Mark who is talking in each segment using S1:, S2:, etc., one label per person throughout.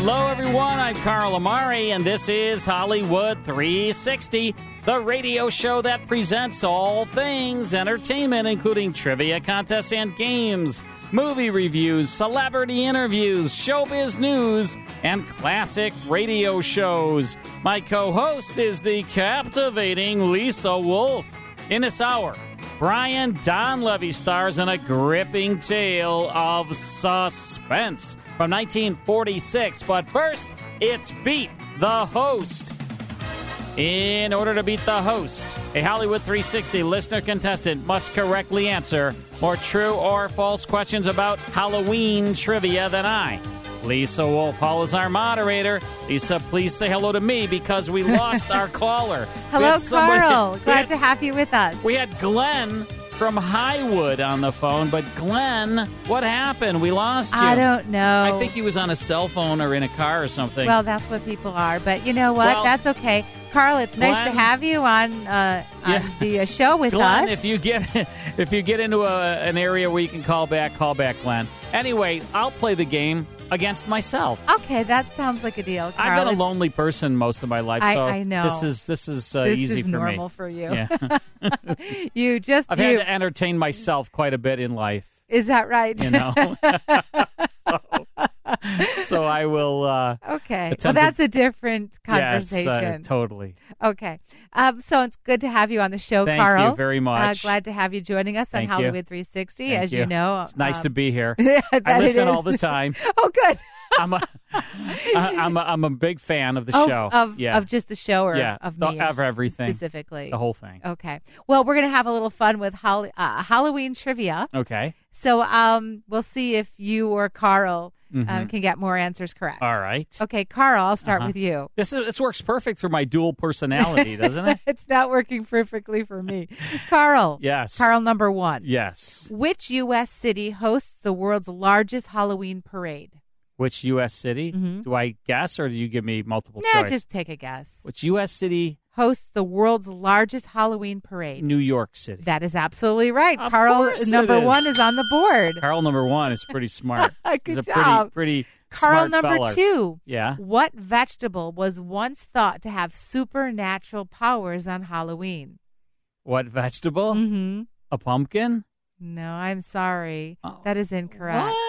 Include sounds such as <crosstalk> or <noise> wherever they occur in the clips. S1: Hello, everyone. I'm Carl Amari, and this is Hollywood 360, the radio show that presents all things entertainment, including trivia contests and games, movie reviews, celebrity interviews, showbiz news, and classic radio shows. My co host is the captivating Lisa Wolf. In this hour, Brian Donlevy stars in a gripping tale of suspense from 1946. But first, it's Beat the Host. In order to beat the host, a Hollywood 360 listener contestant must correctly answer more true or false questions about Halloween trivia than I. Lisa Wolf Hall is our moderator. Lisa, please say hello to me because we
S2: <laughs>
S1: lost our caller.
S2: hello,
S1: <laughs>
S2: Carl. Glad had, to have you with us.
S1: We had Glenn from Highwood on the phone, but Glenn, what happened? We lost you.
S2: I don't know.
S1: I think he was on a cell phone or in a car or something.
S2: Well, that's what people are, but you know what? Well, that's okay. Carl, it's Glenn, nice to have you on, uh, on yeah. the uh, show with
S1: Glenn,
S2: us.
S1: If you get <laughs> if you get into a, an area where you can call back, call back, Glenn. Anyway, I'll play the game against myself.
S2: Okay, that sounds like a deal. Carl.
S1: I've been a lonely person most of my life.
S2: I,
S1: so
S2: I know
S1: this is this is uh,
S2: this
S1: easy
S2: is
S1: for
S2: normal me. Normal for you. <laughs> Yeah. you just
S1: I've
S2: you.
S1: had to entertain myself quite a bit in life.
S2: Is that right?
S1: You know. so, so, I will. Uh,
S2: <laughs> <laughs> okay. Well, that's a different conversation.
S1: Yes, uh, totally.
S2: Okay. Um, so it's good to have you on the show,
S1: Thank
S2: Carl.
S1: Thank you very much.
S2: Uh, glad to have you joining us
S1: Thank
S2: on Hollywood
S1: you.
S2: 360. Thank as you. know,
S1: it's nice
S2: um,
S1: to be
S2: <laughs>
S1: here. yeah, I listen all the time.
S2: oh, good.
S1: I'm
S2: <laughs>
S1: a, I'm a, I'm a big fan of the
S2: oh,
S1: show.
S2: Of,
S1: yeah.
S2: of just the show or
S1: yeah.
S2: of me?
S1: Of everything.
S2: Specifically.
S1: The whole thing.
S2: Okay. Well, we're going to have a little fun with Hol- uh, Halloween trivia.
S1: Okay.
S2: So um, we'll see if you or Carl mm-hmm. um, can get more answers correct.
S1: All right.
S2: Okay, Carl, I'll start uh-huh. with you.
S1: This is, this works perfect for my dual
S2: <laughs>
S1: personality, doesn't it?
S2: it's not working perfectly for me. Carl.
S1: Yes.
S2: Carl number 1.
S1: Yes.
S2: Which US city hosts the world's largest Halloween parade?
S1: Which U.S. city?
S2: Mm-hmm.
S1: Do I guess or do you give me multiple
S2: nah,
S1: choice?
S2: just take a guess.
S1: Which U.S. city
S2: hosts the world's largest Halloween parade?
S1: New York City.
S2: That is absolutely right.
S1: Of
S2: Carl
S1: course
S2: number
S1: it is.
S2: one is on the board.
S1: Carl number one is pretty smart.
S2: <laughs> Good
S1: He's a
S2: job.
S1: pretty, pretty
S2: Carl
S1: smart
S2: number
S1: fella.
S2: two.
S1: Yeah.
S2: What vegetable was once thought to have supernatural powers on Halloween?
S1: What vegetable?
S2: Mm-hmm.
S1: A pumpkin?
S2: No, I'm sorry.
S1: Oh.
S2: That is incorrect.
S1: What?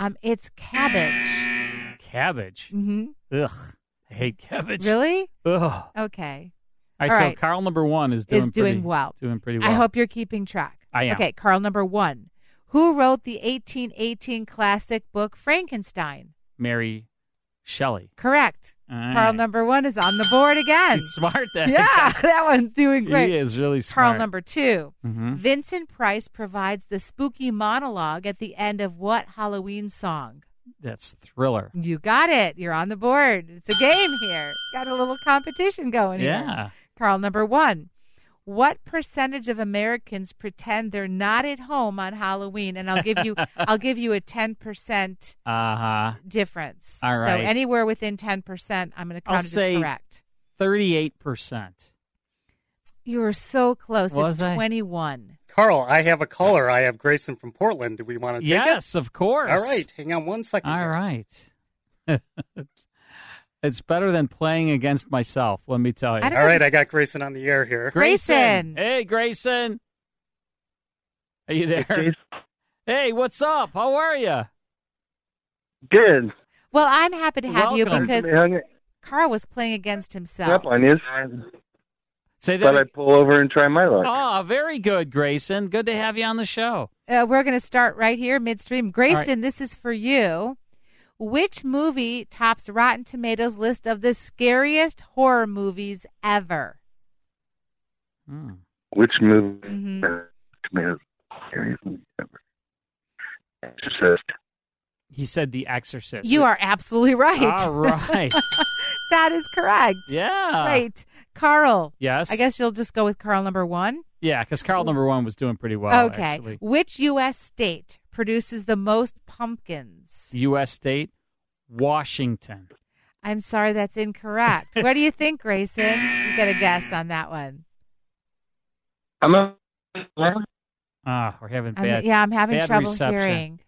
S2: Um, it's cabbage.
S1: Cabbage.
S2: Mm-hmm.
S1: Ugh. I hate cabbage.
S2: Really?
S1: Ugh.
S2: Okay.
S1: All right,
S2: All
S1: so
S2: right.
S1: Carl number one is doing
S2: Is doing
S1: pretty-
S2: well.
S1: Doing pretty well.
S2: I hope you're keeping track.
S1: I am.
S2: Okay, Carl number one. Who wrote the 1818 classic book Frankenstein?
S1: Mary Shelley.
S2: Correct.
S1: All right.
S2: Carl number one is on the board again.
S1: He's smart <laughs> then.
S2: yeah, <laughs> that one's doing great.
S1: He is really smart.
S2: Carl number 2
S1: Mhm.
S2: Vincent Price provides the spooky monologue at the end of what Halloween song?
S1: That's thriller.
S2: You got it. You're on the board. It's a game here. Got a little competition going here.
S1: Yeah.
S2: Carl, number one. What percentage of Americans pretend they're not at home on Halloween? And
S1: <laughs>
S2: I'll give you, I'll give you a ten percent
S1: Uh huh.
S2: difference.
S1: All
S2: So
S1: right.
S2: anywhere within ten percent, I'm going to
S1: I'll
S2: count it
S1: say-
S2: as correct.
S1: Thirty-eight percent.
S2: You were so close.
S1: Was
S2: it's
S1: I?
S2: twenty-one.
S3: Carl, I have a caller. I have Grayson from Portland. Do we want to take
S1: Yes, of
S3: it?
S1: course.
S3: All right, hang on one second.
S1: All
S3: here.
S1: right. <laughs> it's better than playing against myself, let me tell you.
S2: I don't-
S3: All right, I got Grayson on the air here.
S2: Grayson.
S1: Hey, Grayson. Are you there? Hey, what's up? How are you?
S4: Good.
S2: Well, I'm happy to have you
S1: Welcome.
S2: because
S4: Hung,
S2: Carl was playing against himself.
S5: Up on his.
S1: Say
S5: that. But I pull over and try my luck.
S1: Ah, very good, Grayson. Good to have you on the show.
S2: Uh, we're going to start right here midstream. Grayson, this is for you. Which movie tops Rotten Tomatoes list of the scariest horror movies ever?
S1: Oh. Hmm.
S5: Which movie?
S2: Mhm.
S5: Tomatoes. Seriously, ever. Exorcist.
S1: He said The Exorcist.
S2: You are absolutely right.
S1: All right.
S2: <laughs> that is correct.
S1: Yeah.
S2: Right. Carl.
S1: Yes?
S2: I guess you'll just go with Carl number one.
S1: Yeah, because Carl number one was doing pretty well.
S2: okay.
S1: actually.
S2: Which U.S. state produces the most pumpkins?
S1: U.S. state, Washington.
S2: I'm sorry,
S1: <laughs>
S2: that's incorrect. what do you think, Grayson? You get a guess on that one.
S5: I'm a.
S1: Ah, we're having
S2: I'm-
S1: bad.
S2: yeah, I'm having
S1: bad
S2: trouble
S1: reception.
S2: hearing.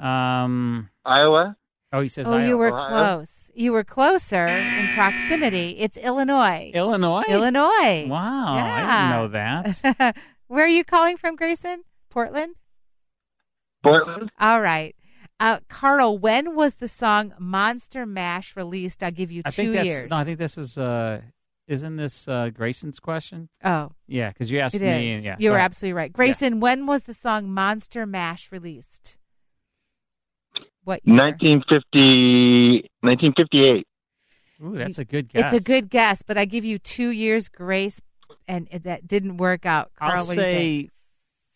S1: Um,
S5: Iowa.
S1: Oh, he says
S2: oh,
S1: Iowa.
S2: you were close. You were closer in proximity. It's Illinois.
S1: Illinois.
S2: Illinois.
S1: Wow,
S2: Yeah.
S1: I didn't know
S2: <laughs>
S1: that.
S2: Where are you calling from, Grayson? Portland?
S5: Portland.
S2: All right. Uh, Carl, when was the song Monster Mash released? I'll give you
S1: I
S2: two
S1: think that's
S2: years.
S1: no. I think this is uh, isn't this uh, Grayson's question?
S2: Oh.
S1: yeah, because you asked
S2: It
S1: me.
S2: is.
S1: and- Yeah,
S2: you
S1: go
S2: were
S1: ahead.
S2: absolutely right. Grayson, when was the song Monster Mash released? What year?
S5: 1950, 1958.
S1: Ooh, that's a good guess.
S2: It's a good guess, but I give you two years grace, and it- that didn't work out. Carl,
S1: I'll
S2: what do you think?
S1: say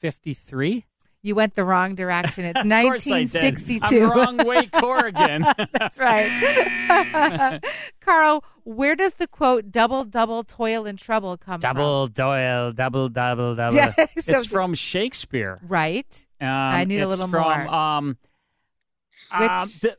S1: fifty-three.
S2: You went the wrong direction. It's
S1: <laughs> Of course I did.
S2: 1962.
S1: I'm wrong way, Corrigan.
S2: <laughs> That's right. <laughs> Carl, where does the quote "double, double, toil and trouble" come
S1: Double Doyle, double double double.
S2: <laughs> Yeah, so
S1: it's
S2: the-
S1: from Shakespeare.
S2: from? Right.
S1: Um,
S2: I need a
S1: it's
S2: little
S1: from,
S2: more.
S1: Um,
S2: Which-
S1: um, th-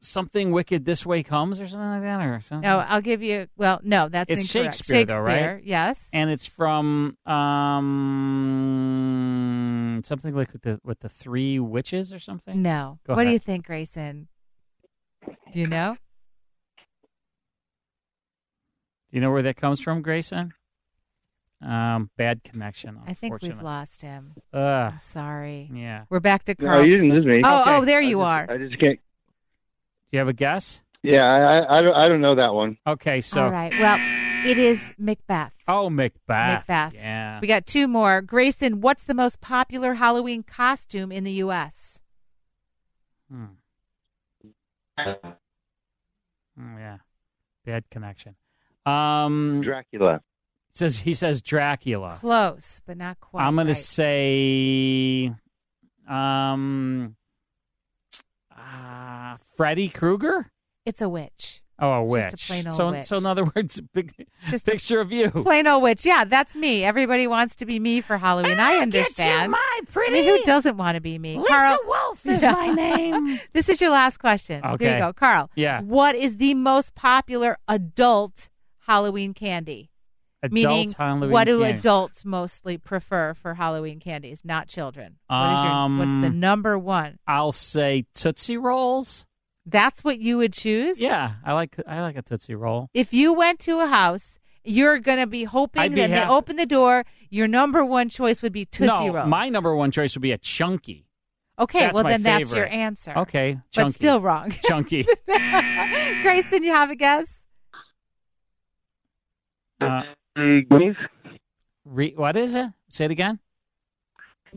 S1: something wicked this way comes, or something like that, or something.
S2: No, I'll give you. Well, no, Oh, that's
S1: Uh-huh. it's
S2: incorrect.
S1: Shakespeare, though, right?
S2: Yes.
S1: And it's from um something like with the with the three witches or something.
S2: No.
S1: Go
S2: what do
S1: ahead.
S2: you think, Grayson? Do you know?
S1: Do you know where that comes from, Grayson? Um, bad connection.
S2: I think we've
S1: unfortunately.
S2: lost him.
S1: Ugh.
S2: I'm sorry.
S1: Yeah.
S2: We're back to
S5: No,
S2: Carl.
S5: you didn't lose me.
S2: Oh,
S5: Okay.
S2: oh, there
S5: I
S2: you
S5: just-
S2: are.
S5: I just can't.
S1: Do you have a guess?
S5: Yeah, I, I, I don't, I don't know that one.
S1: Okay, so
S2: All right. Well, it is Macbeth.
S1: oh Macbeth.
S2: Macbeth.
S1: Yeah.
S2: We got two more. Grayson, what's the most popular Halloween costume in the U.S.?
S1: Hmm. Mm, yeah. Bad connection. Um
S5: Dracula.
S1: Says he says Dracula.
S2: Close, but not quite.
S1: I'm gonna
S2: right.
S1: say um uh, Freddy Krueger?
S2: it's a witch.
S1: Oh, a witch.
S2: Just a plain old
S1: so
S2: witch.
S1: so in other words, <laughs> big
S2: Just a
S1: picture of you.
S2: Plain old witch. Yeah, that's me. Everybody wants to be me for Halloween. I understand.
S1: my
S2: I mean, who doesn't want to be me? Carl, <laughs>
S1: Wolf
S2: is my
S1: name.
S2: <laughs> this is your last question. Here
S1: Okay.
S2: you go, Carl.
S1: Yeah.
S2: What is the most popular adult Halloween candy?
S1: Adult
S2: Meaning,
S1: Halloween
S2: what do
S1: candy.
S2: adults mostly prefer for Halloween candies, not children? What is your- what's the
S1: Um,
S2: number one?
S1: I'll say Tootsie Rolls.
S2: That's what you would choose?
S1: Yeah, I like I like a Tootsie Roll.
S2: If you went to a house, you're going to be hoping
S1: I'd be
S2: that they
S1: happy.
S2: open the door. Your number one choice would be Tootsie
S1: no,
S2: Rolls.
S1: my number one choice would be a Chunky.
S2: okay,
S1: that's
S2: well,
S1: my
S2: then that's your
S1: favorite.
S2: answer.
S1: Okay,
S2: But
S1: Chunky.
S2: still wrong. <laughs>
S1: Chunky.
S2: <laughs> Grayson, you have a guess?
S1: Uh,
S5: Gummies.
S1: re- what is it? Say it again.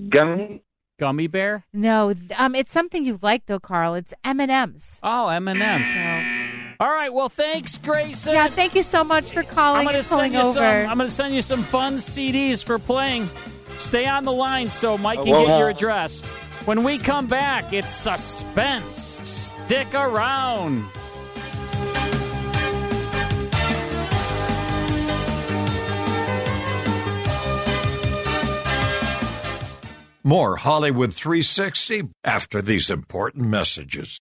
S5: Gummy.
S1: Gummy bear.
S2: No, th- um, it's something you like though, Carl. It's M and M's.
S1: Oh, M and M's. All right. Well, thanks, Grayson.
S2: Yeah, thank you so much for calling.
S1: I'm gonna
S2: and
S1: send
S2: pulling
S1: you
S2: over.
S1: some. I'm gonna send you some fun CDs for playing. Stay on the line so Mike
S5: I
S1: can get
S5: will.
S1: your address. When we come back, it's suspense. Stick around.
S6: More Hollywood 360 after these important messages.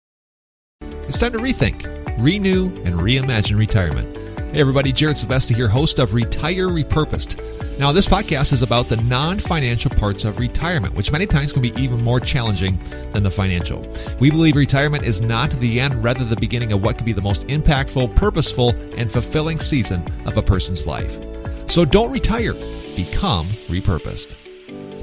S7: It's time to rethink, renew, and reimagine retirement. Hey, everybody, Jared Sebesta here, host of Retire Repurposed. Now, this podcast is about the non financial parts of retirement, which many times can be even more challenging than the financial. We believe retirement is not the end, rather, the beginning of what could be the most impactful, purposeful, and fulfilling season of a person's life. So don't retire, become repurposed.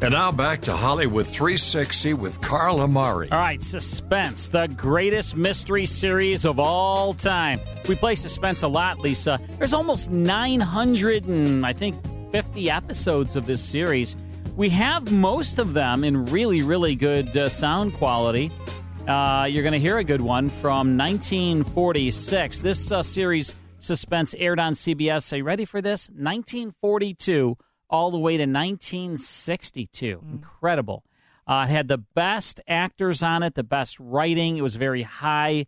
S6: And now back to Hollywood 360 with Carl Amari.
S1: All right, Suspense, the greatest mystery series of all time. We play Suspense a lot, Lisa. There's almost 900 and I think 50 episodes of this series. We have most of them in really, really good uh, sound quality. Uh, you're going to hear a good one from 1946. This uh, series, Suspense, aired on CBS. Are you ready for this? 1942 all the way to 1962. Incredible. Uh, it had the best actors on it, the best writing. It was a very high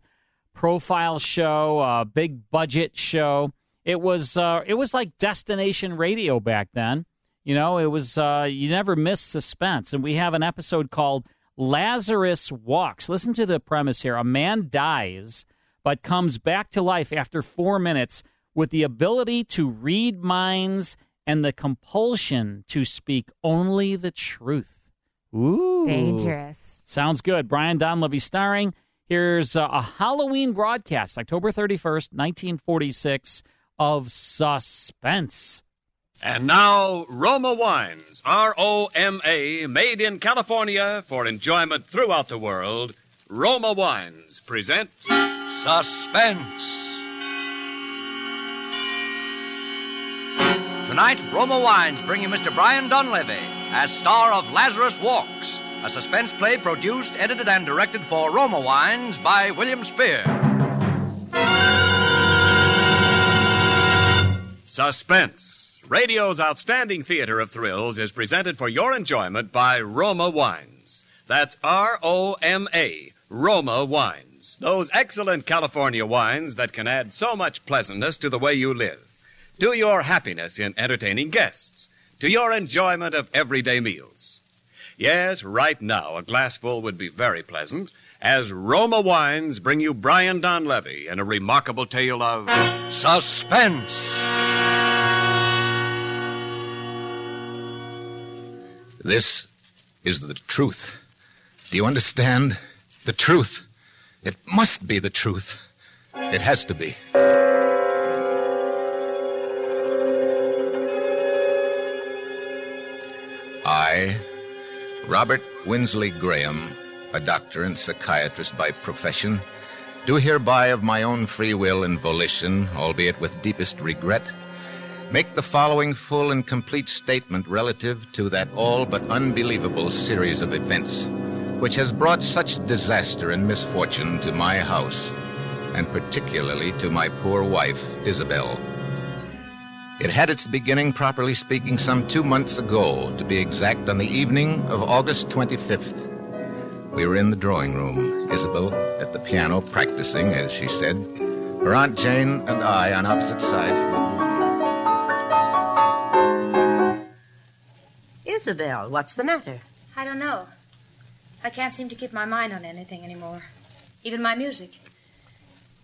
S1: profile show, uh, big budget show. It was uh, it was like destination radio back then. You know, it was uh, you never missed suspense. And we have an episode called Lazarus Walks. Listen to the premise here: a man dies but comes back to life after four minutes with the ability to read minds and the compulsion to speak only the truth. Ooh.
S2: Dangerous.
S1: Sounds good. Brian Donlevy starring. Here's uh, a Halloween broadcast, October 31st, 1946, of Suspense.
S8: And now, Roma Wines, R O M A, made in California for enjoyment throughout the world. Roma Wines present Suspense.
S9: Tonight, Roma Wines bring you Mr. Brian Dunleavy as star of Lazarus Walks, a suspense play produced, edited, and directed for Roma Wines by William Spear.
S8: Suspense, radio's outstanding theater of thrills, is presented for your enjoyment by Roma Wines. That's R O M A, Roma Wines. Those excellent California wines that can add so much pleasantness to the way you live to your happiness in entertaining guests, to your enjoyment of everyday meals. Yes, right now, a glassful would be very pleasant as Roma Wines bring you Brian Donlevy in a remarkable tale of suspense.
S10: This is the truth. Do you understand? The truth. It must be the truth. It has to be. I, Robert Winsley Graham, a doctor and psychiatrist by profession, do hereby of my own free will and volition, albeit with deepest regret, make the following full and complete statement relative to that all but unbelievable series of events which has brought such disaster and misfortune to my house, and particularly to my poor wife, Isabel. It had its beginning, properly speaking, some two months ago, to be exact, on the evening of August 25th. We were in the drawing room, Isabel at the piano practicing, as she said, her Aunt Jane and I on opposite sides. of the
S11: Isabel, what's the matter?
S12: I don't know. I can't seem to keep my mind on anything anymore. Even my music.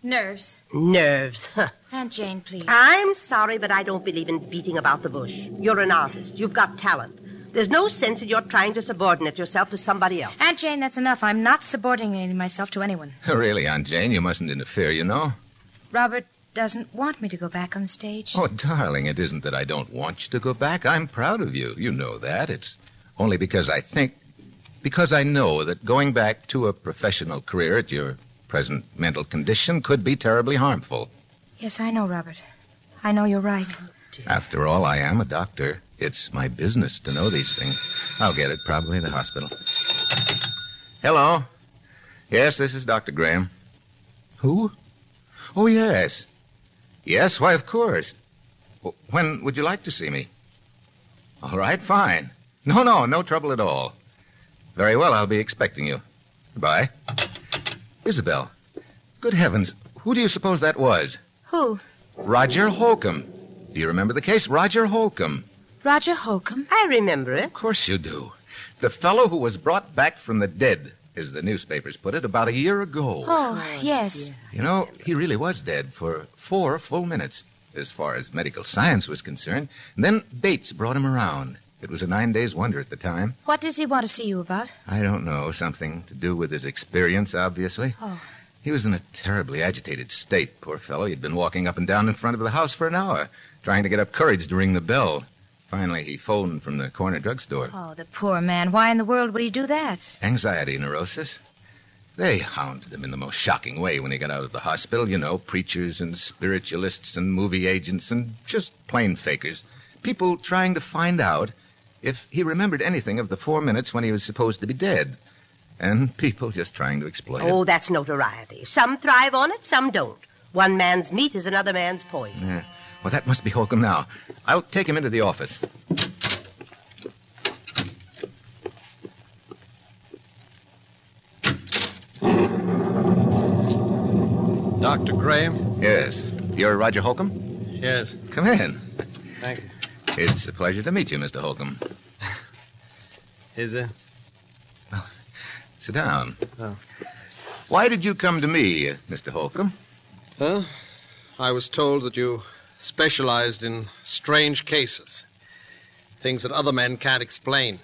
S12: Nerves.
S11: Nerves. huh.
S12: Aunt Jane, please.
S11: I'm sorry, but I don't believe in beating about the bush. You're an artist. You've got talent. There's no sense in your trying to subordinate yourself to somebody else.
S12: Aunt Jane, that's enough. I'm not subordinating myself to anyone.
S10: <laughs> Really, Aunt Jane, you mustn't interfere, you know.
S12: Robert doesn't want me to go back on the stage.
S10: Oh, darling, it isn't that I don't want you to go back. I'm proud of you. You know that. It's only because I think, because I know that going back to a professional career at your present mental condition could be terribly harmful.
S12: Yes, I know, Robert. I know you're right.
S10: After all, I am a doctor. It's my business to know these things. I'll get it probably in the hospital. Hello. Yes, this is Dr. Graham. Who? Oh, yes. Yes, why, of course. W- When would you like to see me? All right, fine. No, no, no trouble at all. Very well, I'll be expecting you. Goodbye. Isabel, good heavens, who do you suppose that was?
S12: Who?
S10: Roger Holcomb. Do you remember the case? Roger Holcomb.
S12: Roger Holcomb?
S11: I remember it. Of
S10: course you do. The fellow who was brought back from the dead, as the newspapers put it, about a year ago.
S12: Oh, yes.
S10: You know, he really was dead for four full minutes, as far as medical science was concerned. And then Bates brought him around. It was a nine days wonder at the time.
S12: What does he want to see you about?
S10: I don't know, something to do with his experience, obviously.
S12: Oh.
S10: He was in a terribly agitated state, poor fellow. He'd been walking up and down in front of the house for an hour, trying to get up courage to ring the bell. Finally, he phoned from the corner drugstore.
S12: Oh, the poor man. Why in the world would he do that?
S10: Anxiety neurosis. They hounded him in the most shocking way when he got out of the hospital. You know, preachers and spiritualists and movie agents and just plain fakers. People trying to find out if he remembered anything of the four minutes when he was supposed to be dead. And people just trying to exploit it.
S11: Oh, that's notoriety. Some thrive on it, some don't. One man's meat is another man's poison.
S10: Yeah. Well, that must be Holcomb now. I'll take him into the office.
S13: Dr. Graham?
S10: Yes. You're Roger Holcomb?
S13: Yes.
S10: Come in.
S13: Thank you.
S10: It's a pleasure to meet you, Mr. Holcomb.
S13: <laughs> Is it?
S10: Sit down.
S13: Oh.
S10: Why did you come to me, Mr. Holcomb?
S13: Well, I was told that you specialized in strange cases, things that other men can't explain.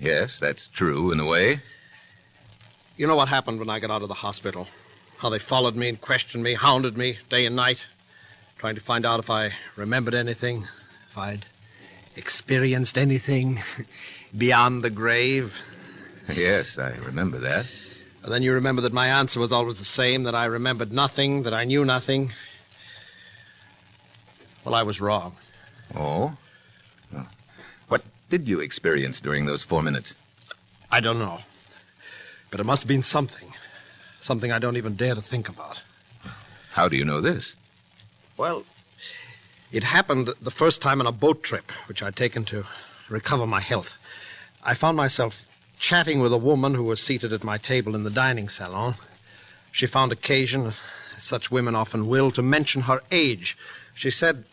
S10: Yes, that's true in a way.
S13: You know what happened when I got out of the hospital? How they followed me and questioned me, hounded me day and night, trying to find out if I remembered anything, if I'd experienced anything <laughs> beyond the grave.
S10: Yes, I remember that.
S13: And then you remember that my answer was always the same that I remembered nothing, that I knew nothing. Well, I was wrong.
S10: Oh? Well, What did you experience during those four minutes?
S13: I don't know. But it must have been something. Something I don't even dare to think about.
S10: How do you know this?
S13: Well, it happened the first time on a boat trip, which I'd taken to recover my health. I found myself chatting with a woman who was seated at my table in the dining salon. She found occasion, as such women often will, to mention her age. She said,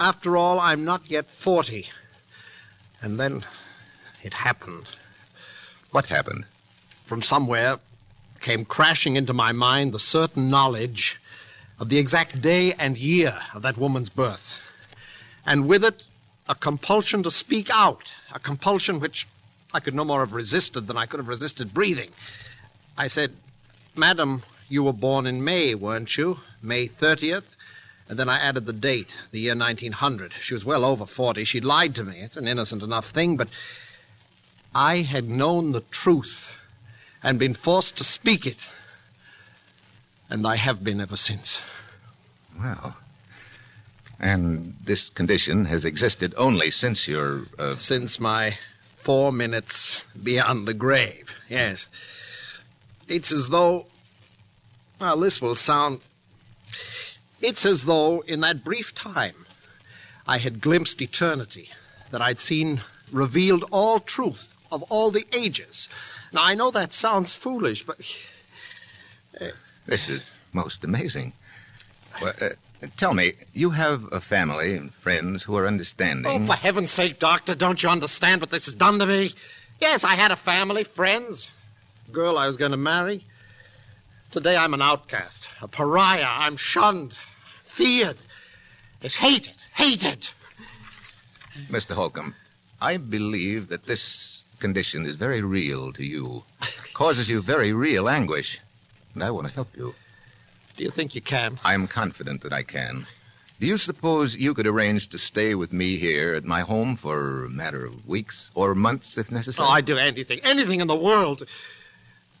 S13: After all, I'm not yet 40. And then it happened.
S10: What happened?
S13: From somewhere came crashing into my mind the certain knowledge of the exact day and year of that woman's birth. And with it, a compulsion to speak out, a compulsion which I could no more have resisted than I could have resisted breathing. I said, Madam, you were born in May, weren't you? May 30th? And then I added the date, the year 1900. She was well over 40. She lied to me. It's an innocent enough thing, but I had known the truth and been forced to speak it. And I have been ever since.
S10: Well. And this condition has existed only since your. Uh...
S13: Since my four minutes beyond the grave. Yes. It's as though. Well, this will sound. It's as though, in that brief time, I had glimpsed eternity, that I'd seen revealed all truth of all the ages. Now, I know that sounds foolish, but. eh,
S10: This is most amazing. Well, uh, tell me, you have a family and friends who are understanding.
S13: Oh, for heaven's sake, Doctor, don't you understand what this has done to me? Yes, I had a family, friends, girl I was going to marry. Today I'm an outcast, a pariah. I'm shunned, feared. It's hated, hated.
S10: Mr. Holcomb, I believe that this condition is very real to you, causes you very real anguish, and I want to help you.
S13: Do you think you can?
S10: I'm confident that I can. Do you suppose you could arrange to stay with me here at my home for a matter of weeks or months if necessary?
S13: Oh, I'd do anything, anything in the world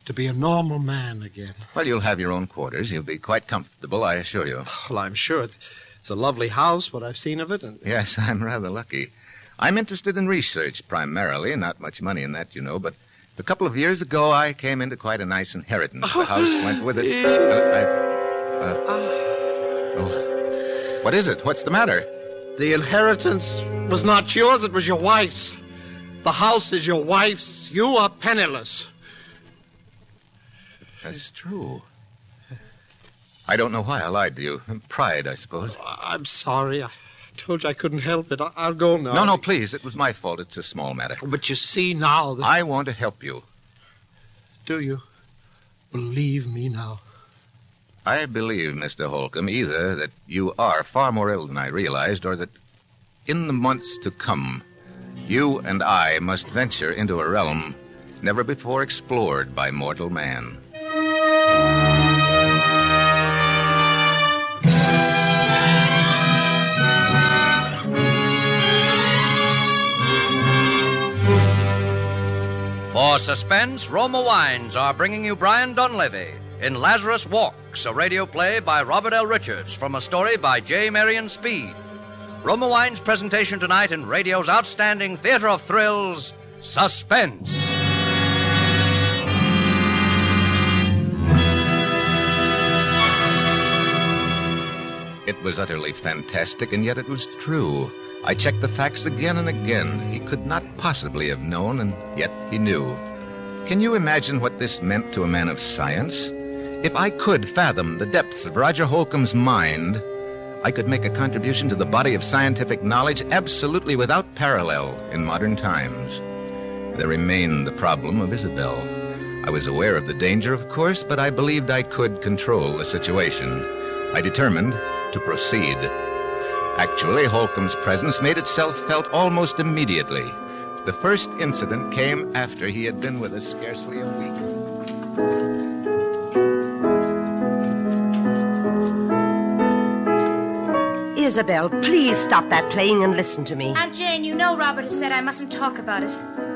S13: to be a normal man again.
S10: Well, you'll have your own quarters. You'll be quite comfortable, I assure you.
S13: Well, I'm sure it- it's a lovely house, what I've seen of it, and
S10: Yes, <laughs> I'm rather lucky. I'm interested in research primarily, not much money in that, you know, but a couple of years ago I came into quite a nice inheritance.
S13: Oh.
S10: The house went with
S13: <gasps>
S10: it. Uh, I've- uh,
S13: Ah.
S10: oh. What is it? What's the matter?
S13: the inheritance was not yours, it was your wife's. The house is your wife's. You are penniless.
S10: That's true. I don't know why I lied to you. Pride, I suppose.
S13: I'm Oh, sorry. I told you I couldn't help it. I- I'll go now. Oh,
S10: No, no, please. It was my fault. It's a small matter.
S13: But you see now that.
S10: I want to help you.
S13: Do you believe me now?
S10: I believe, Mr. Holcomb, either that you are far more ill than I realized, or that in the months to come, you and I must venture into a realm never before explored by mortal man.
S9: For suspense, Roma Wines are bringing you Brian Dunleavy in Lazarus Walks, a radio play by Robert L. Richards from a story by J. Marion Speed. Roma Wines' presentation tonight in radio's outstanding theater of thrills, Suspense.
S10: It was utterly fantastic, and yet it was true. I checked the facts again and again. He could not possibly have known, and yet he knew. Can you imagine what this meant to a man of science? If I could fathom the depths of Roger Holcomb's mind, I could make a contribution to the body of scientific knowledge absolutely without parallel in modern times. There remained the problem of Isabel. I was aware of the danger, of course, but I believed I could control the situation. I determined to proceed. Actually, Holcomb's presence made itself felt almost immediately. The first incident came after he had been with us scarcely a week.
S11: Isabel, please stop that playing and listen to me.
S12: Aunt Jane, you know Robert has said I mustn't talk about it.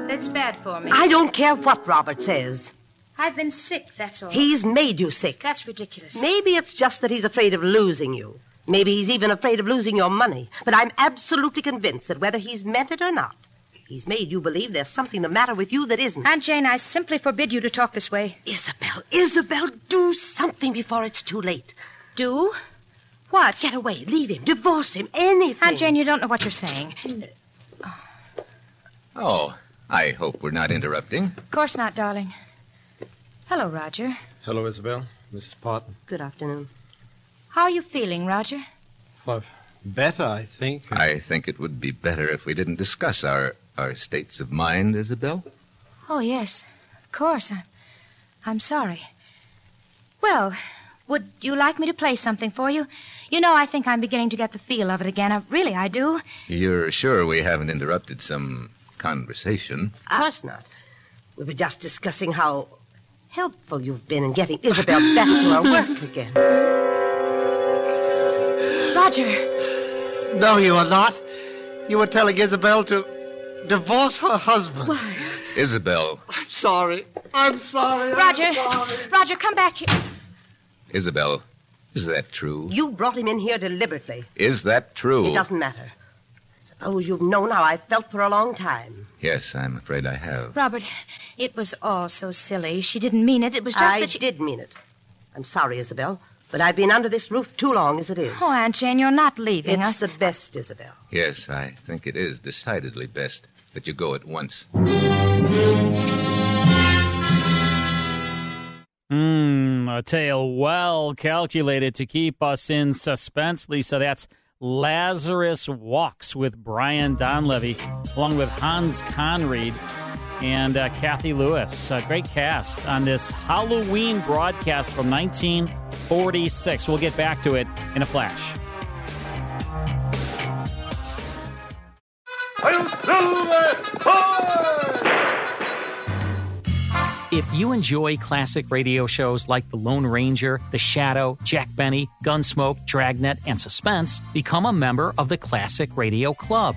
S12: That's bad for me.
S11: I don't care what Robert says.
S12: I've been sick, that's all.
S11: He's made you sick.
S12: That's ridiculous.
S11: Maybe it's just that he's afraid of losing you. Maybe he's even afraid of losing your money. But I'm absolutely convinced that whether he's meant it or not, he's made you believe there's something the matter with you that isn't.
S12: Aunt Jane, I simply forbid you to talk this way.
S11: Isabel, Isabel, do something before it's too late.
S12: Do? What?
S11: Get away, leave him, divorce him, anything.
S12: Aunt Jane, you don't know what you're saying.
S10: Oh, I hope we're not interrupting.
S12: Of course not, darling. Hello, Roger.
S13: Hello, Isabel. Mrs. Parton.
S11: Good afternoon.
S12: How are you feeling, Roger?
S13: Well, better, I think.
S10: I think it would be better if we didn't discuss our, our states of mind, Isabel.
S12: Oh, yes. Of course. I'm, I'm sorry. Well, would you like me to play something for you? You know, I think I'm beginning to get the feel of it again. I, really, I do.
S10: You're sure we haven't interrupted some conversation?
S11: Of course not. We were just discussing how helpful you've been in getting
S12: <laughs>
S11: Isabel back to her work again.
S12: Roger,
S13: No, you are not. You were telling Isabel to divorce her husband. Why?
S10: Isabel,
S13: I'm sorry. I'm sorry. I'm
S12: Roger,
S13: sorry.
S12: Roger, come back here.
S10: Isabel, is that true?
S11: You brought him in here deliberately.
S10: Is that true?
S11: It doesn't matter. Suppose you've known how I felt for a long time.
S10: Yes, I'm afraid I have.
S12: Robert, it was all so silly. She didn't mean it. It was just
S11: I
S12: that she.
S11: did mean it. I'm sorry, Isabel, but I've been under this roof too long as it is.
S12: Oh, Aunt Jane, you're not leaving
S11: it's
S12: us.
S11: the best, Isabel.
S10: Yes, I think it is decidedly best that you go at once.
S1: Mmm, a tale well calculated to keep us in suspense, Lisa. That's Lazarus Walks with Brian Donlevy, along with Hans Conried and uh, Kathy Lewis. A great cast on this Halloween broadcast from 1946. We'll get back to it in a flash.
S14: If you enjoy classic radio shows like The Lone Ranger, The Shadow, Jack Benny, Gunsmoke, Dragnet, and Suspense, become a member of the Classic Radio Club.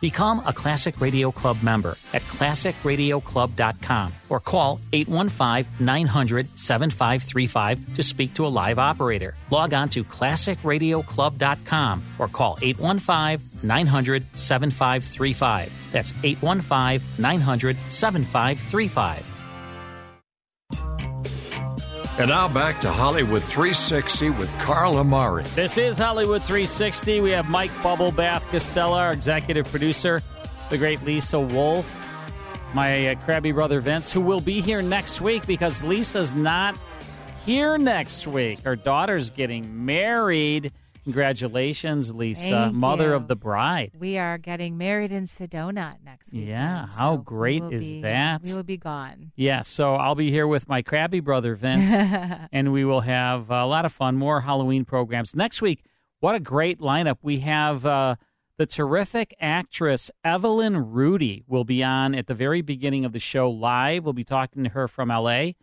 S14: Become a Classic Radio Club member at classicradioclub.com or call 815 900 7535 to speak to a live operator. Log on to classicradioclub.com or call 815 900 7535. That's 815 900 7535.
S6: And now back to Hollywood 360 with Carl Amari.
S1: This is Hollywood 360. We have Mike Bubblebath Costella, our executive producer, the great Lisa Wolf, my uh, crabby brother Vince, who will be here next week because Lisa's not here next week. Her daughter's getting married. Congratulations, Lisa,
S2: Thank
S1: mother
S2: you.
S1: of the bride.
S2: We are getting married in Sedona next week.
S1: Yeah, how great is that?
S2: We will be gone.
S1: Yeah, so I'll be here with my crabby brother Vince, and we will have a lot of fun. More Halloween programs next week. What a great lineup we have! Uh, the terrific actress Evelyn Rudy will be on at the very beginning of the show live. We'll be talking to her from LA,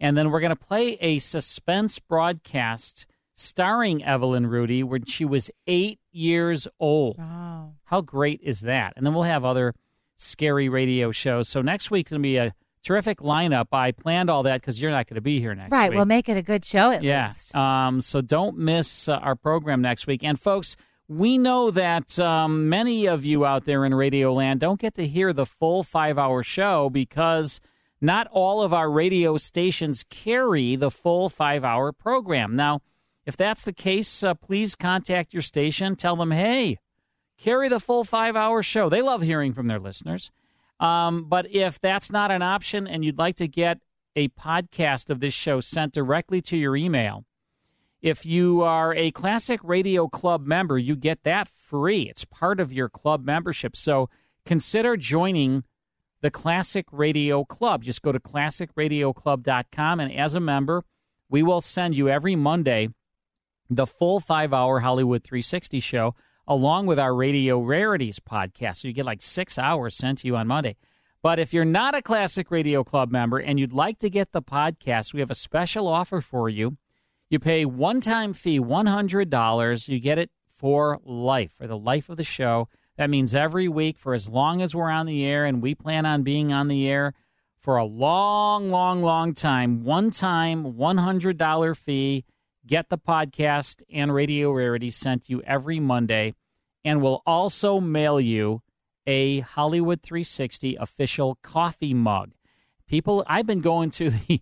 S1: and then we're going to play a suspense broadcast starring Evelyn Rudy when she was eight years old.
S2: Wow.
S1: How great is that? And then we'll have other scary radio shows. So next week's going to be a terrific lineup. I planned all that because you're not going to be here next
S2: right,
S1: week.
S2: we'll make it a good show at
S1: yeah.
S2: least.
S1: Um, so don't miss uh, our program next week. And folks, we know that um, many of you out there in Radio Land don't get to hear the full five hour show because not all of our radio stations carry the full five hour program. Now, if that's the case, uh, please contact your station. Tell them, hey, carry the full five hour show. They love hearing from their listeners. Um, but if that's not an option and you'd like to get a podcast of this show sent directly to your email, if you are a Classic Radio Club member, you get that free. It's part of your club membership. So consider joining the Classic Radio Club. Just go to classicradioclub.com, and as a member, we will send you every Monday the full five hour Hollywood 360 show, along with our Radio Rarities podcast. So you get like six hours sent to you on Monday. But if you're not a Classic Radio Club member and you'd like to get the podcast, we have a special offer for you. You pay one time fee, $100. You get it for life, for the life of the show. That means every week for as long as we're on the air, and we plan on being on the air for a long, long, long time. One time, $100 fee. Get the podcast and Radio Rarity sent you every Monday. And we'll also mail you a Hollywood 360 official coffee mug. People, I've been going to <laughs> the,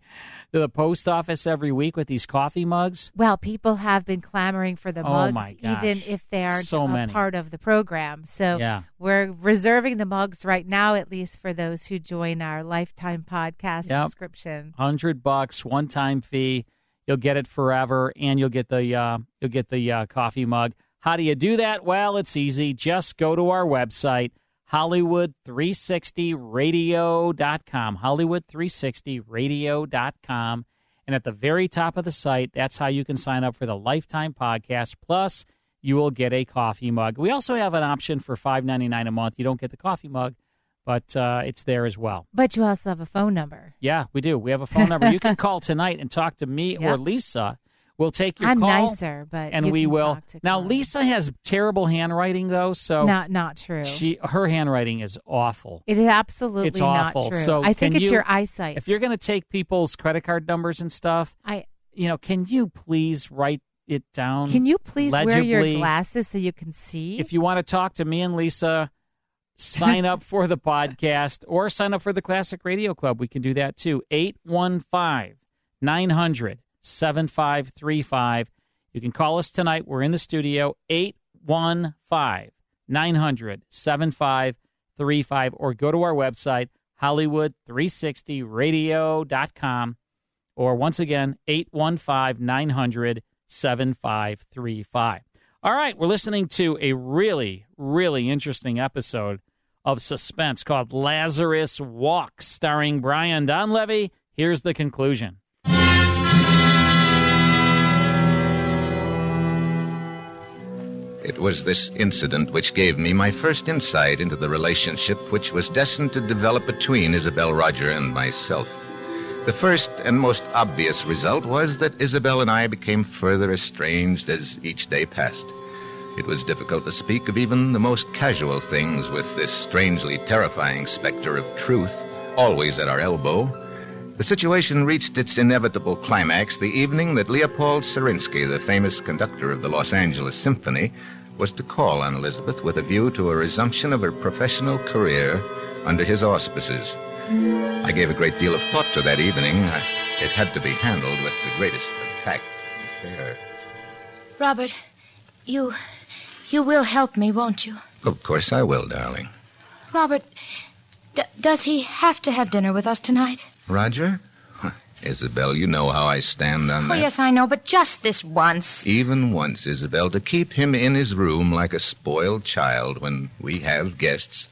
S1: to the post office every week with these coffee mugs.
S2: Well, people have been clamoring for the
S1: Oh,
S2: mugs,
S1: my gosh.
S2: even if they aren't
S1: So
S2: a
S1: many.
S2: part of the program. So
S1: Yeah.
S2: we're reserving the mugs right now, at least for those who join our lifetime podcast
S1: Yep.
S2: subscription.
S1: Hundred bucks, one time fee. You'll get it forever, and you'll get the uh, you'll get the uh, coffee mug. How do you do that? Well, it's easy. Just go to our website, Hollywood360radio.com. Hollywood360radio.com. And at the very top of the site, that's how you can sign up for the Lifetime Podcast. Plus, you will get a coffee mug. We also have an option for five ninety nine a month. You don't get the coffee mug, but uh, it's there as well.
S2: But you also have a phone number.
S1: Yeah, we do. We have a phone number. You
S2: <laughs>
S1: can call tonight and talk to me
S2: Yeah.
S1: or Lisa. We'll take your
S2: I'm
S1: call.
S2: nicer, but
S1: and
S2: you
S1: we
S2: can
S1: will.
S2: talk to
S1: Now, Lisa has terrible handwriting, though, so
S2: not not true.
S1: she her handwriting is awful.
S2: it is absolutely
S1: it's awful.
S2: not true.
S1: So
S2: I think
S1: can
S2: it's
S1: you-
S2: your eyesight.
S1: If you're going to take people's credit card numbers and stuff,
S2: I
S1: you know, can you please write it down?
S2: can you please wear your
S1: legibly?
S2: glasses so you can see?
S1: If you want to talk to me and Lisa, sign up for the podcast or sign up for the Classic Radio Club. We can do that too. 815 900 7535. You can call us tonight. We're in the studio. 815 900 7535 or go to our website, Hollywood360radio.com or once again, 815 900 7535. All right, we're listening to a really, really interesting episode of Suspense called Lazarus Walks, starring Brian Donlevy. Here's the conclusion.
S10: It was this incident which gave me my first insight into the relationship which was destined to develop between Isabel Roger and myself. The first and most obvious result was that Isabel and I became further estranged as each day passed. It was difficult to speak of even the most casual things with this strangely terrifying specter of truth always at our elbow. The situation reached its inevitable climax the evening that Leopold Serinsky, the famous conductor of the Los Angeles Symphony, was to call on Elizabeth with a view to a resumption of her professional career under his auspices. I gave a great deal of thought to that evening. I- It had to be handled with the greatest of tact and care.
S12: Robert, you. you will help me, won't you?
S10: Of course I will, darling.
S12: Robert, d- does he have to have dinner with us tonight?
S10: Roger? <laughs> Huh, Isabel, you know how I stand on
S12: Oh,
S10: that.
S12: yes, I know, but just this once.
S10: Even once, Isabel, to keep him in his room like a spoiled child when we have guests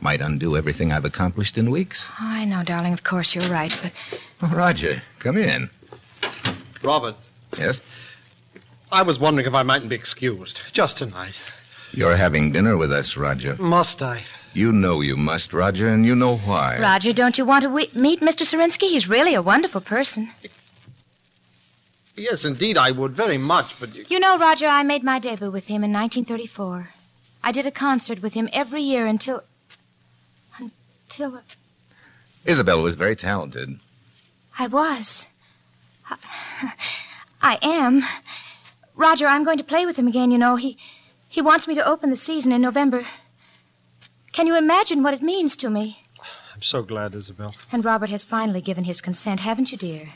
S10: might undo everything I've accomplished in weeks.
S12: Oh, I know, darling, of course you're right, but.
S10: Oh, Roger, come in.
S13: Robert.
S10: Yes?
S13: I was wondering if I mightn't be excused. Just tonight.
S10: You're having dinner with us, Roger.
S13: Must I?
S10: You know you must, Roger, and you know why.
S12: Roger, don't you want to we- meet Mr. Sarinsky? He's really a wonderful person.
S13: Yes, indeed, I would very much, but you.
S12: You know, Roger, I made my debut with him in 1934. I did a concert with him every year until. until
S10: Isabel was very talented.
S12: I was. I, <laughs> I am. Roger, I'm going to play with him again, you know. He, he wants me to open the season in November. Can you imagine what it means to me?
S13: I'm so glad, Isabel.
S12: And Robert has finally given his consent, haven't you,
S13: <coughs>
S12: dear?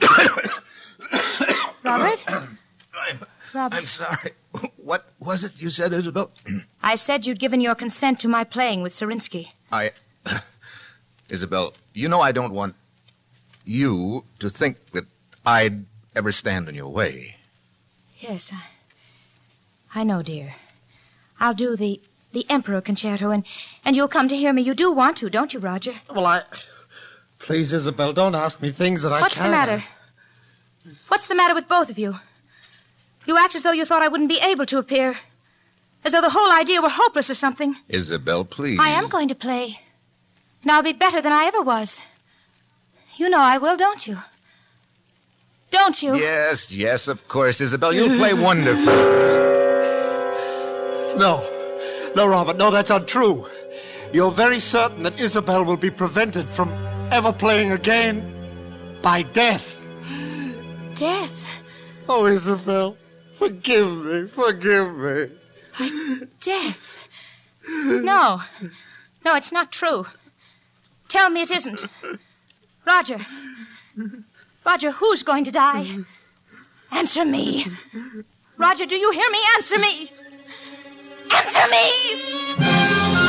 S12: Robert? Robert.
S10: I'm sorry. What was it you said, Isabel?
S12: I said you'd given your consent to my playing with Sarinsky.
S10: I. <coughs> Isabel, you know I don't want you to think that I'd ever stand in your way.
S12: Yes, I, I know, dear. I'll do the the Emperor Concerto, and and you'll come to hear me. You do want to, don't you, Roger?
S13: Well, I. Please, Isabel, don't ask me things that I
S12: What's the
S13: can't.
S12: matter? What's the matter with both of you? You act as though you thought I wouldn't be able to appear, as though the whole idea were hopeless or something.
S10: Isabel, please.
S12: I am going to play, and I'll be better than I ever was. You know I will, don't you? Don't you?
S10: Yes, yes, of course, Isabel. You'll play wonderfully.
S13: No. No, Robert, no, that's untrue. You're very certain that Isabel will be prevented from ever playing again by death.
S12: Death.
S13: Oh, Isabel, forgive me, forgive me.
S12: Death? No. No, it's not true. Tell me it isn't. Roger. Roger, who's going to die? Answer me. Roger, do you hear me? Answer me. Answer me!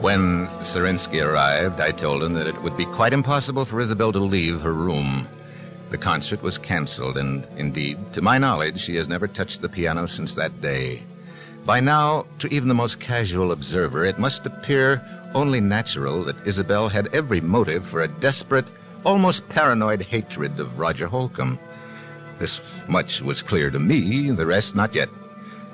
S10: When Sarinsky arrived, I told him that it would be quite impossible for Isabel to leave her room. The concert was canceled, and indeed, to my knowledge, she has never touched the piano since that day. By now, to even the most casual observer, it must appear only natural that Isabel had every motive for a desperate, almost paranoid hatred of Roger Holcomb. This much was clear to me, the rest not yet.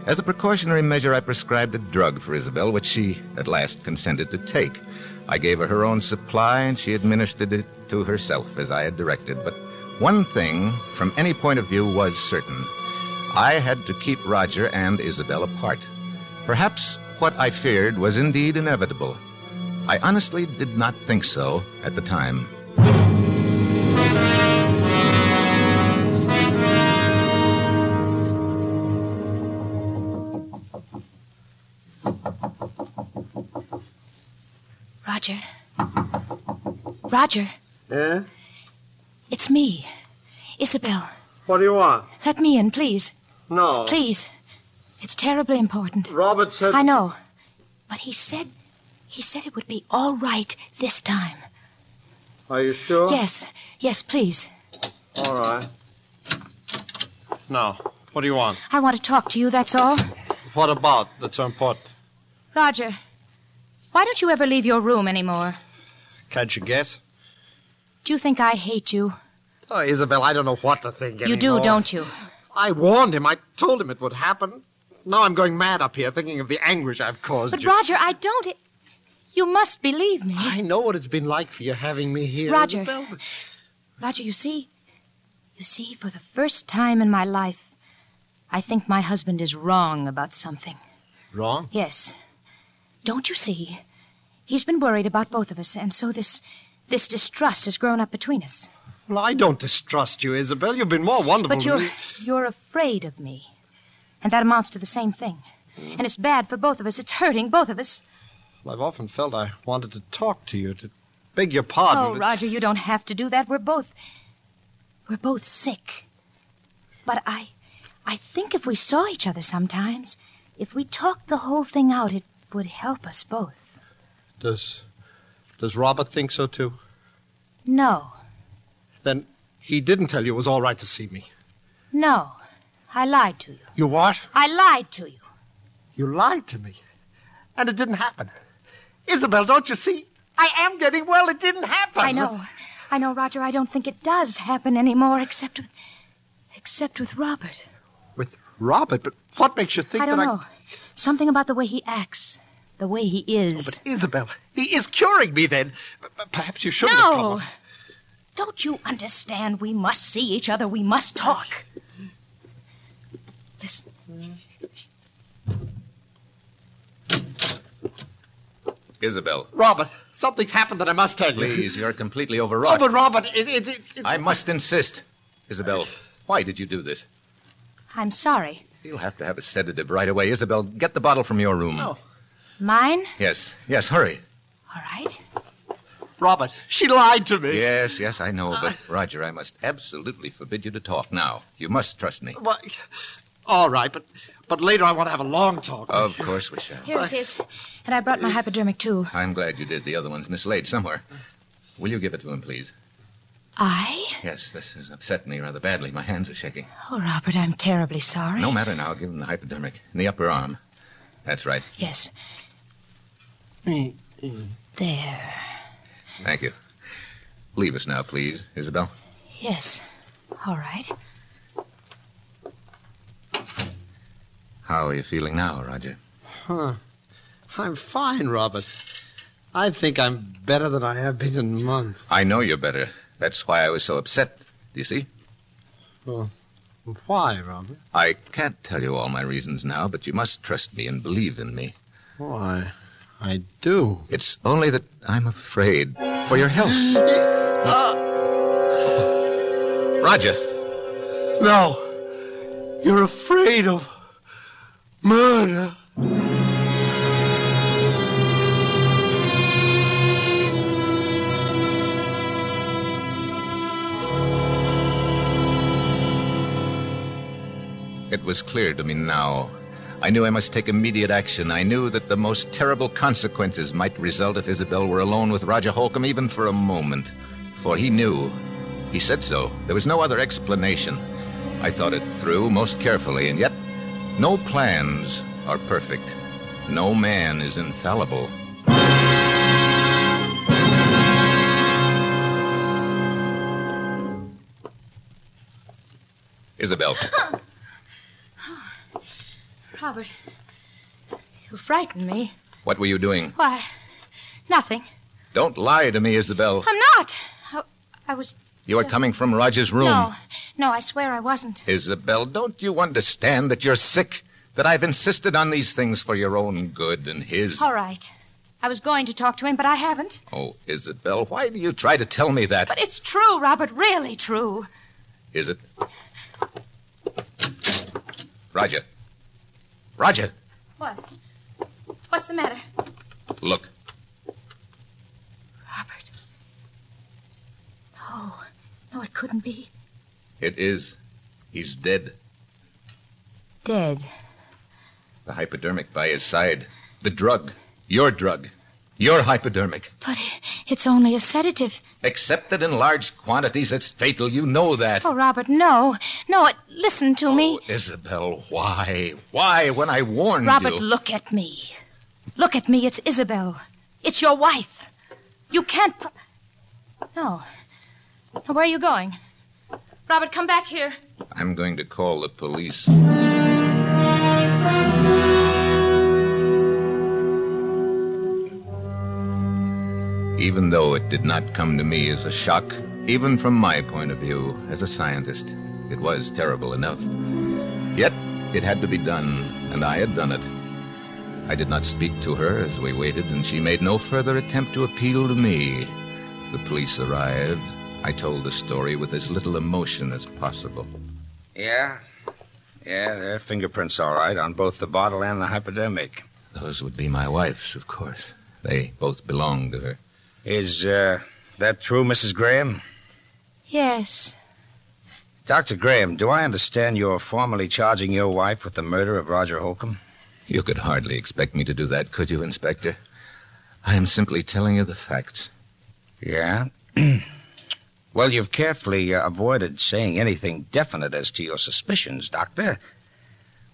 S10: As a precautionary measure, I prescribed a drug for Isabel, which she at last consented to take. I gave her her own supply, and she administered it to herself as I had directed. But one thing, from any point of view, was certain I had to keep Roger and Isabel apart. Perhaps what I feared was indeed inevitable. I honestly did not think so at the time.
S12: Roger. Roger,
S5: Yeah?
S12: it's me. Isabel,
S5: What do you want?
S12: let me in, please.
S5: No.
S12: Please. It's terribly important.
S5: Robert said.
S12: I know. But he said he said it would be all right this time.
S5: Are you sure?
S12: Yes. Yes, please.
S5: All right.
S13: No. What do you want?
S12: I want to talk to you, that's all.
S13: What about that's so important?
S12: Roger, why don't you ever leave your room anymore?
S13: Can't you guess?
S12: Do you think I hate you?
S13: Oh, Isabel, I don't know what to think
S12: You do,
S13: anymore.
S12: don't you?
S13: I warned him. I told him it would happen. Now I'm going mad up here thinking of the anguish I've caused
S12: But
S13: you.
S12: Roger, I don't. You must believe me.
S13: I know what it's been like for you having me here.
S12: Roger.
S13: Isabel.
S12: Roger, you see? You see, for the first time in my life, I think my husband is wrong about something.
S13: Wrong?
S12: Yes. Don't you see? He's been worried about both of us, and so this this distrust has grown up between us.
S13: Well, I don't distrust you, Isabel. You've been more wonderful
S12: but
S13: to
S12: you're
S13: me.
S12: you're afraid of me. And that amounts to the same thing. And it's bad for both of us. It's hurting both of us.
S13: I've often felt I wanted to talk to you, to beg your pardon.
S12: Oh,
S13: but-
S12: Roger, you don't have to do that. We're both we're both sick. But I I think if we saw each other sometimes, if we talked the whole thing out, it would help us both.
S13: Does, does Robert think so, too?
S12: No.
S13: Then he didn't tell you it was all right to see me.
S12: No. I lied to you.
S13: You what?
S12: I lied to you.
S13: You lied to me. And it didn't happen. Isabel, don't you see? I am getting well. It didn't happen.
S12: I know. I know, Roger. I don't think it does happen anymore except with except with Robert.
S13: With Robert, but what makes you think
S12: I don't
S13: that
S12: know. Something about the way he acts, the way he is.
S13: Oh, But Isabel, he is curing me then. P- p- Perhaps you shouldn't have come
S12: No.
S13: on.
S12: Don't you understand? We must see each other. We must talk. Listen.
S10: Isabel,
S13: Robert, something's happened that I must tell you.
S10: please, you're completely
S13: Oh,
S10: overwrought.
S13: but Robert, it, it, it, it's...
S10: I must insist. Isabel, why did you do this?
S12: I'm sorry.
S10: You'll have to have a sedative right away. Isabel, get the bottle from your room.
S12: Oh. Mine?
S10: Yes, yes, hurry.
S12: All right.
S13: Robert, she lied to me.
S10: Yes, yes, I know, but Roger, I must absolutely forbid you to talk now. You must trust me.
S13: Well, all right, but, but later I want to have a long talk.
S10: Of course we shall.
S12: Here it is. And I brought my hypodermic, too.
S10: I'm glad you did. The other one's mislaid somewhere. Will you give it to him, please?
S12: I?
S10: Yes, this has upset me rather badly. My hands are shaking.
S12: Oh, Robert, I'm terribly sorry.
S10: No matter now. Give him the hypodermic in the upper arm. That's right.
S12: Yes. There.
S10: Thank you. Leave us now, please, Isabel.
S12: Yes. All right.
S10: How are you feeling now, Roger?
S13: Huh. I'm fine, Robert. I think I'm better than I have been in months.
S10: I know you're better. That's why I was so upset. Do you see?
S13: Well, why, Robert?
S10: I can't tell you all my reasons now, but you must trust me and believe in me.
S13: Why? I do.
S10: It's only that I'm afraid for your health. Roger.
S13: No. You're afraid of murder.
S10: It was clear to me now. I knew I must take immediate action. I knew that the most terrible consequences might result if Isabel were alone with Roger Holcomb even for a moment. For he knew. He said so. There was no other explanation. I thought it through most carefully, and yet no plans are perfect. No man is infallible. Isabel.
S12: Robert, you frightened me.
S10: What were you doing?
S12: Why? Nothing.
S10: Don't lie to me, Isabel.
S12: I'm not. I, I was.
S10: You were coming from Roger's room.
S12: No. No, I swear I wasn't.
S10: Isabel, don't you understand that you're sick? That I've insisted on these things for your own good and his.
S12: All right. I was going to talk to him, but I haven't.
S10: Oh, Isabel, why do you try to tell me that?
S12: But it's true, Robert, really true.
S10: Is it? Roger. Roger,
S12: What? What's the matter?
S10: look.
S12: Oh, no, it couldn't be.
S10: It is. He's dead.
S12: Dead.
S10: The hypodermic by his side. The drug. Your drug. Your hypodermic.
S12: It's only a sedative.
S10: Accepted in large quantities, it's fatal. You know that.
S12: Oh, Robert, no. No, it, listen to me.
S10: Isabel, why? Why when I warned
S12: Robert,
S10: Oh, you?
S12: look at me. Look at me. It's Isabel. It's your wife. You can't. Po- no. Now, where are you going? Robert, come back here.
S10: I'm going to call the police. even though it did not come to me as a shock, even from my point of view as a scientist. It was terrible enough. Yet, it had to be done, and I had done it. I did not speak to her as we waited, and she made no further attempt to appeal to me. The police arrived. I told the story with as little emotion as possible.
S15: Yeah. Yeah, there are fingerprints, all right, on both the bottle and the hypodermic.
S10: Those would be my wife's, of course. They both belonged to her.
S15: Is uh, that true, Mrs. Graham?
S12: Yes.
S15: Dr. Graham, do I understand you're formally charging your wife with the murder of Roger Holcomb?
S10: You could hardly expect me to do that, could you, Inspector? I am simply telling you the facts.
S15: Yeah? <clears throat> well, you've carefully uh, avoided saying anything definite as to your suspicions, Doctor.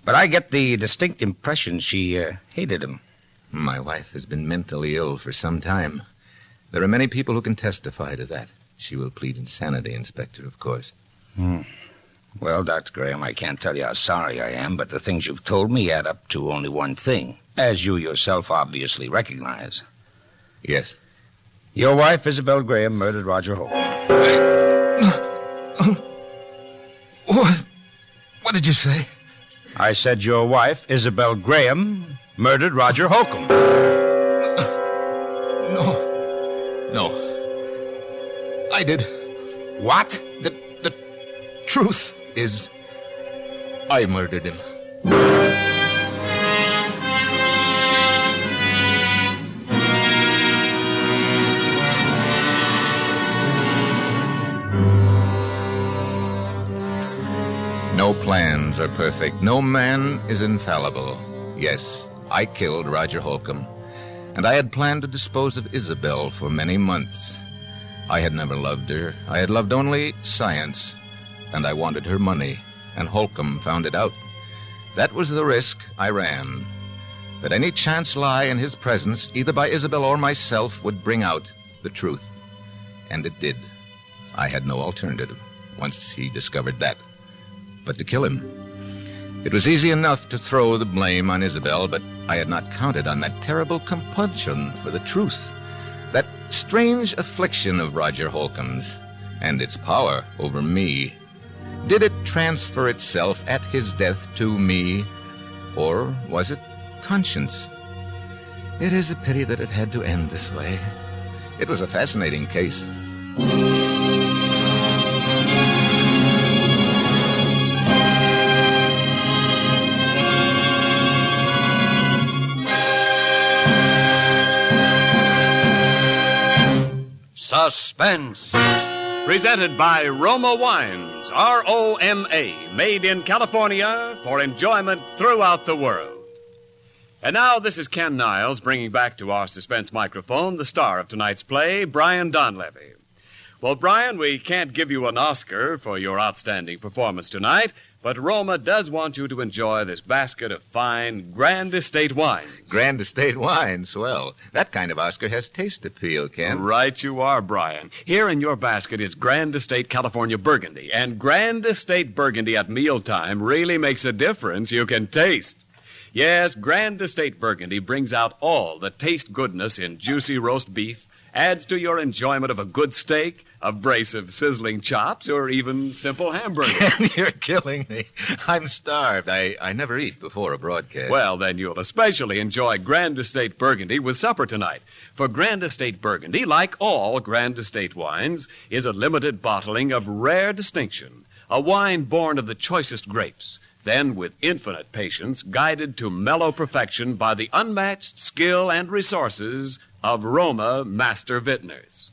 S15: But I get the distinct impression she uh, hated him.
S10: My wife has been mentally ill for some time. There are many people who can testify to that. She will plead insanity, Inspector, of course.
S15: Hmm. Well, Dr. Graham, I can't tell you how sorry I am, but the things you've told me add up to only one thing, as you yourself obviously recognize.
S10: Yes.
S15: Your wife, Isabel Graham, murdered Roger Holcomb.
S10: What? What did you say?
S15: I said your wife, Isabel Graham, murdered Roger Holcomb.
S10: No. No. I did.
S15: What?
S10: The, the truth is, I murdered him. No plans are perfect. No man is infallible. Yes, I killed Roger Holcomb, and I had planned to dispose of Isabel for many months. I had never loved her. I had loved only science, and I wanted her money, and Holcomb found it out. That was the risk I ran. That any chance lie in his presence, either by Isabel or myself, would bring out the truth. And it did. I had no alternative once he discovered that but to kill him. It was easy enough to throw the blame on Isabel, but I had not counted on that terrible compulsion for the truth, that strange affliction of Roger Holcomb's, and its power over me. Did it transfer itself at his death to me, or was it conscience? It is a pity that it had to end this way. It was a fascinating case. <laughs>
S8: Suspense. Presented by Roma Wines, R O M A, made in California for enjoyment throughout the world. And now this is Ken Niles bringing back to our suspense microphone the star of tonight's play, Brian Donlevy. Well, Brian, we can't give you an Oscar for your outstanding performance tonight, but Roma does want you to enjoy this basket of fine Grand Estate wines.
S10: Grand Estate wines, well, that kind of Oscar has taste appeal, Ken.
S8: Right you are, Brian. Here in your basket is Grand Estate California Burgundy, and Grand Estate Burgundy at mealtime really makes a difference you can taste. Yes, Grand Estate Burgundy brings out all the taste goodness in juicy roast beef, adds to your enjoyment of a good steak, a brace of sizzling chops, or even
S10: <laughs>
S8: simple hamburgers.
S10: You're killing me. I'm starved. I, I never eat before a broadcast.
S8: Well, then you'll especially enjoy Grand Estate Burgundy with supper tonight. For Grand Estate Burgundy, like all Grand Estate wines, is a limited bottling of rare distinction, a wine born of the choicest grapes, then with infinite patience guided to mellow perfection by the unmatched skill and resources of Roma master vintners.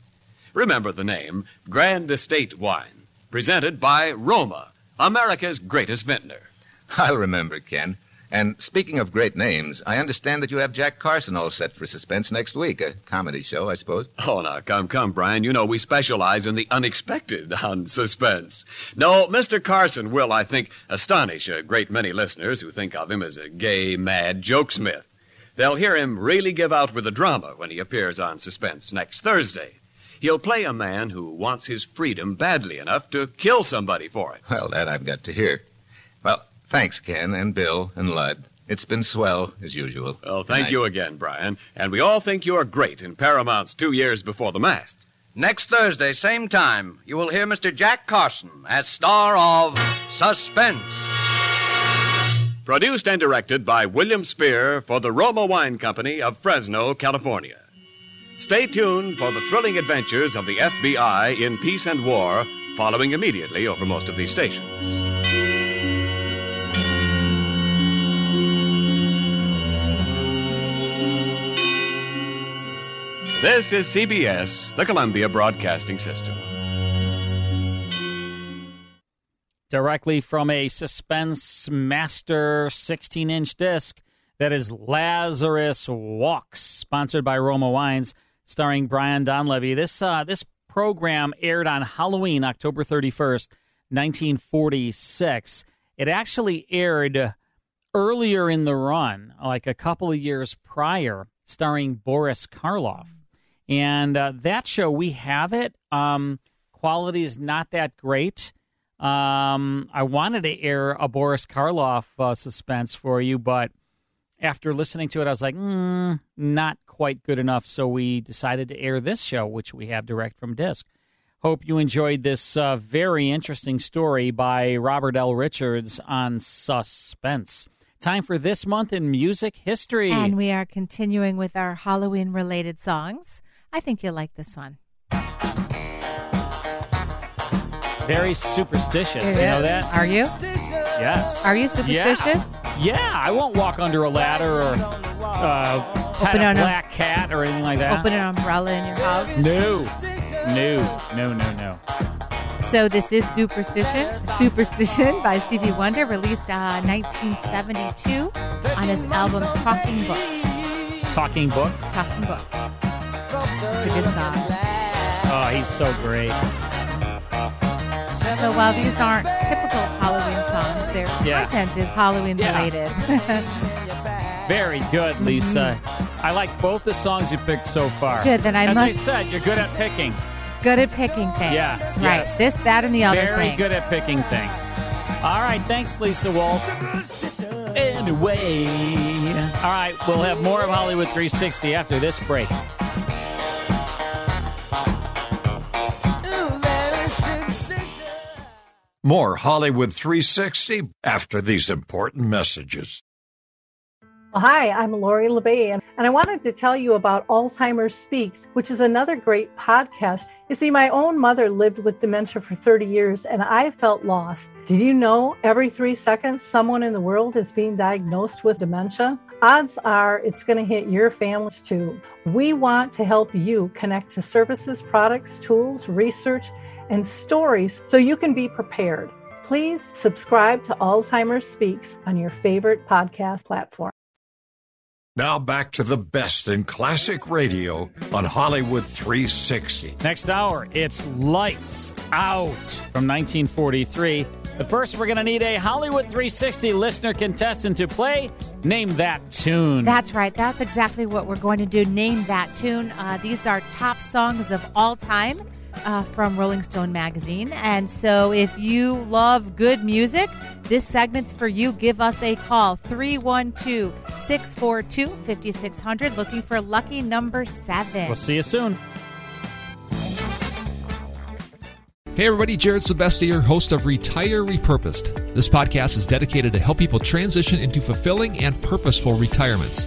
S8: Remember the name Grand Estate Wine, presented by Roma, America's greatest vintner.
S10: I'll remember, Ken. And speaking of great names, I understand that you have Jack Carson all set for suspense next week. A comedy show, I suppose.
S8: Oh, now, come, come, Brian. You know we specialize in the unexpected <laughs> on suspense. No, Mr. Carson will, I think, astonish a great many listeners who think of him as a gay, mad jokesmith. They'll hear him really give out with the drama when he appears on Suspense next Thursday. He'll play a man who wants his freedom badly enough to kill somebody for it.
S10: Well, that I've got to hear. Well, thanks, Ken, and Bill, and Lud. It's been swell, as usual.
S8: Well, thank you again, Brian. And we all think you're great in Paramount's Two Years Before the Mast.
S9: Next Thursday, same time, you will hear Mr. Jack Carson as star of Suspense.
S8: Produced and directed by William Spear for the Roma Wine Company of Fresno, California. Stay tuned for the thrilling adventures of the FBI in peace and war, following immediately over most of these stations. This is CBS, the Columbia Broadcasting System.
S1: directly from a suspense master 16 inch disc that is Lazarus Walks, sponsored by Roma Wines, starring Brian Donlevy. This uh, this program aired on Halloween, October 31st, 1946. It actually aired earlier in the run, like a couple of years prior, starring Boris Karloff. And uh, that show, we have it. Um, quality is not that great. Um, I wanted to air a Boris Karloff uh, suspense for you, but after listening to it, I was like, mm, not quite good enough. So we decided to air this show, which we have direct from disc. Hope you enjoyed this uh, very interesting story by Robert L. Richards on suspense. Time for this month in music history.
S2: And we are continuing with our Halloween related songs. I think you'll like this one.
S1: Very superstitious.
S2: It
S1: You know
S2: is.
S1: that?
S2: Are you?
S1: Yes.
S2: Are you
S1: Yeah.
S2: superstitious?
S1: Yeah, I won't walk under a ladder or uh, pet
S2: Open
S1: a
S2: an-
S1: black cat or anything like that.
S2: Open an umbrella in your house.
S1: No, no, no, no, no.
S2: So this is Superstition, Superstition by Stevie Wonder, released uh, 1972 on his album Talking Book.
S1: Talking book.
S2: Talking Book. It's a good song.
S1: Oh, he's so great.
S2: So while these aren't typical Halloween songs, their
S1: Yeah.
S2: content is Halloween
S1: Yeah.
S2: related. <laughs>
S1: Very
S2: Mm-hmm.
S1: good, Lisa. I like both the songs you picked so far.
S2: Good, then I
S1: As
S2: must-
S1: I said, you're good at picking.
S2: good at picking things.
S1: Yeah,
S2: Right.
S1: yes.
S2: This, that, and the other
S1: Very
S2: thing.
S1: good at picking things. All right, thanks, Lisa Wolf. Anyway. All right, we'll have more of Hollywood 360 after this break.
S6: More Hollywood 360 after these important messages.
S16: Well, Hi, I'm Lori LeBay, and, and I wanted to tell you about Alzheimer's Speaks, which is another great podcast. You see, my own mother lived with dementia for 30 years, and I felt lost. Did you know every three seconds someone in the world is being diagnosed with dementia? Odds are it's going to hit your families too. We want to help you connect to services, products, tools, research, and stories so you can be prepared. Please subscribe to Alzheimer's Speaks on your favorite podcast platform.
S6: Now back to the best in classic radio on Hollywood 360.
S1: Next hour, it's Lights Out from 1943. But first, we're going to need a Hollywood 360 listener contestant to play. Name that tune.
S2: That's right. That's exactly what we're going to do. Name that tune. Uh, these are top songs of all time uh, from Rolling Stone magazine. And so if you love good music, this segment's for you. Give us a call 312 642 5600. Looking for lucky number seven.
S1: We'll see you soon.
S7: Hey everybody, Jared Sebesti here, host of Retire Repurposed. This podcast is dedicated to help people transition into fulfilling and purposeful retirements.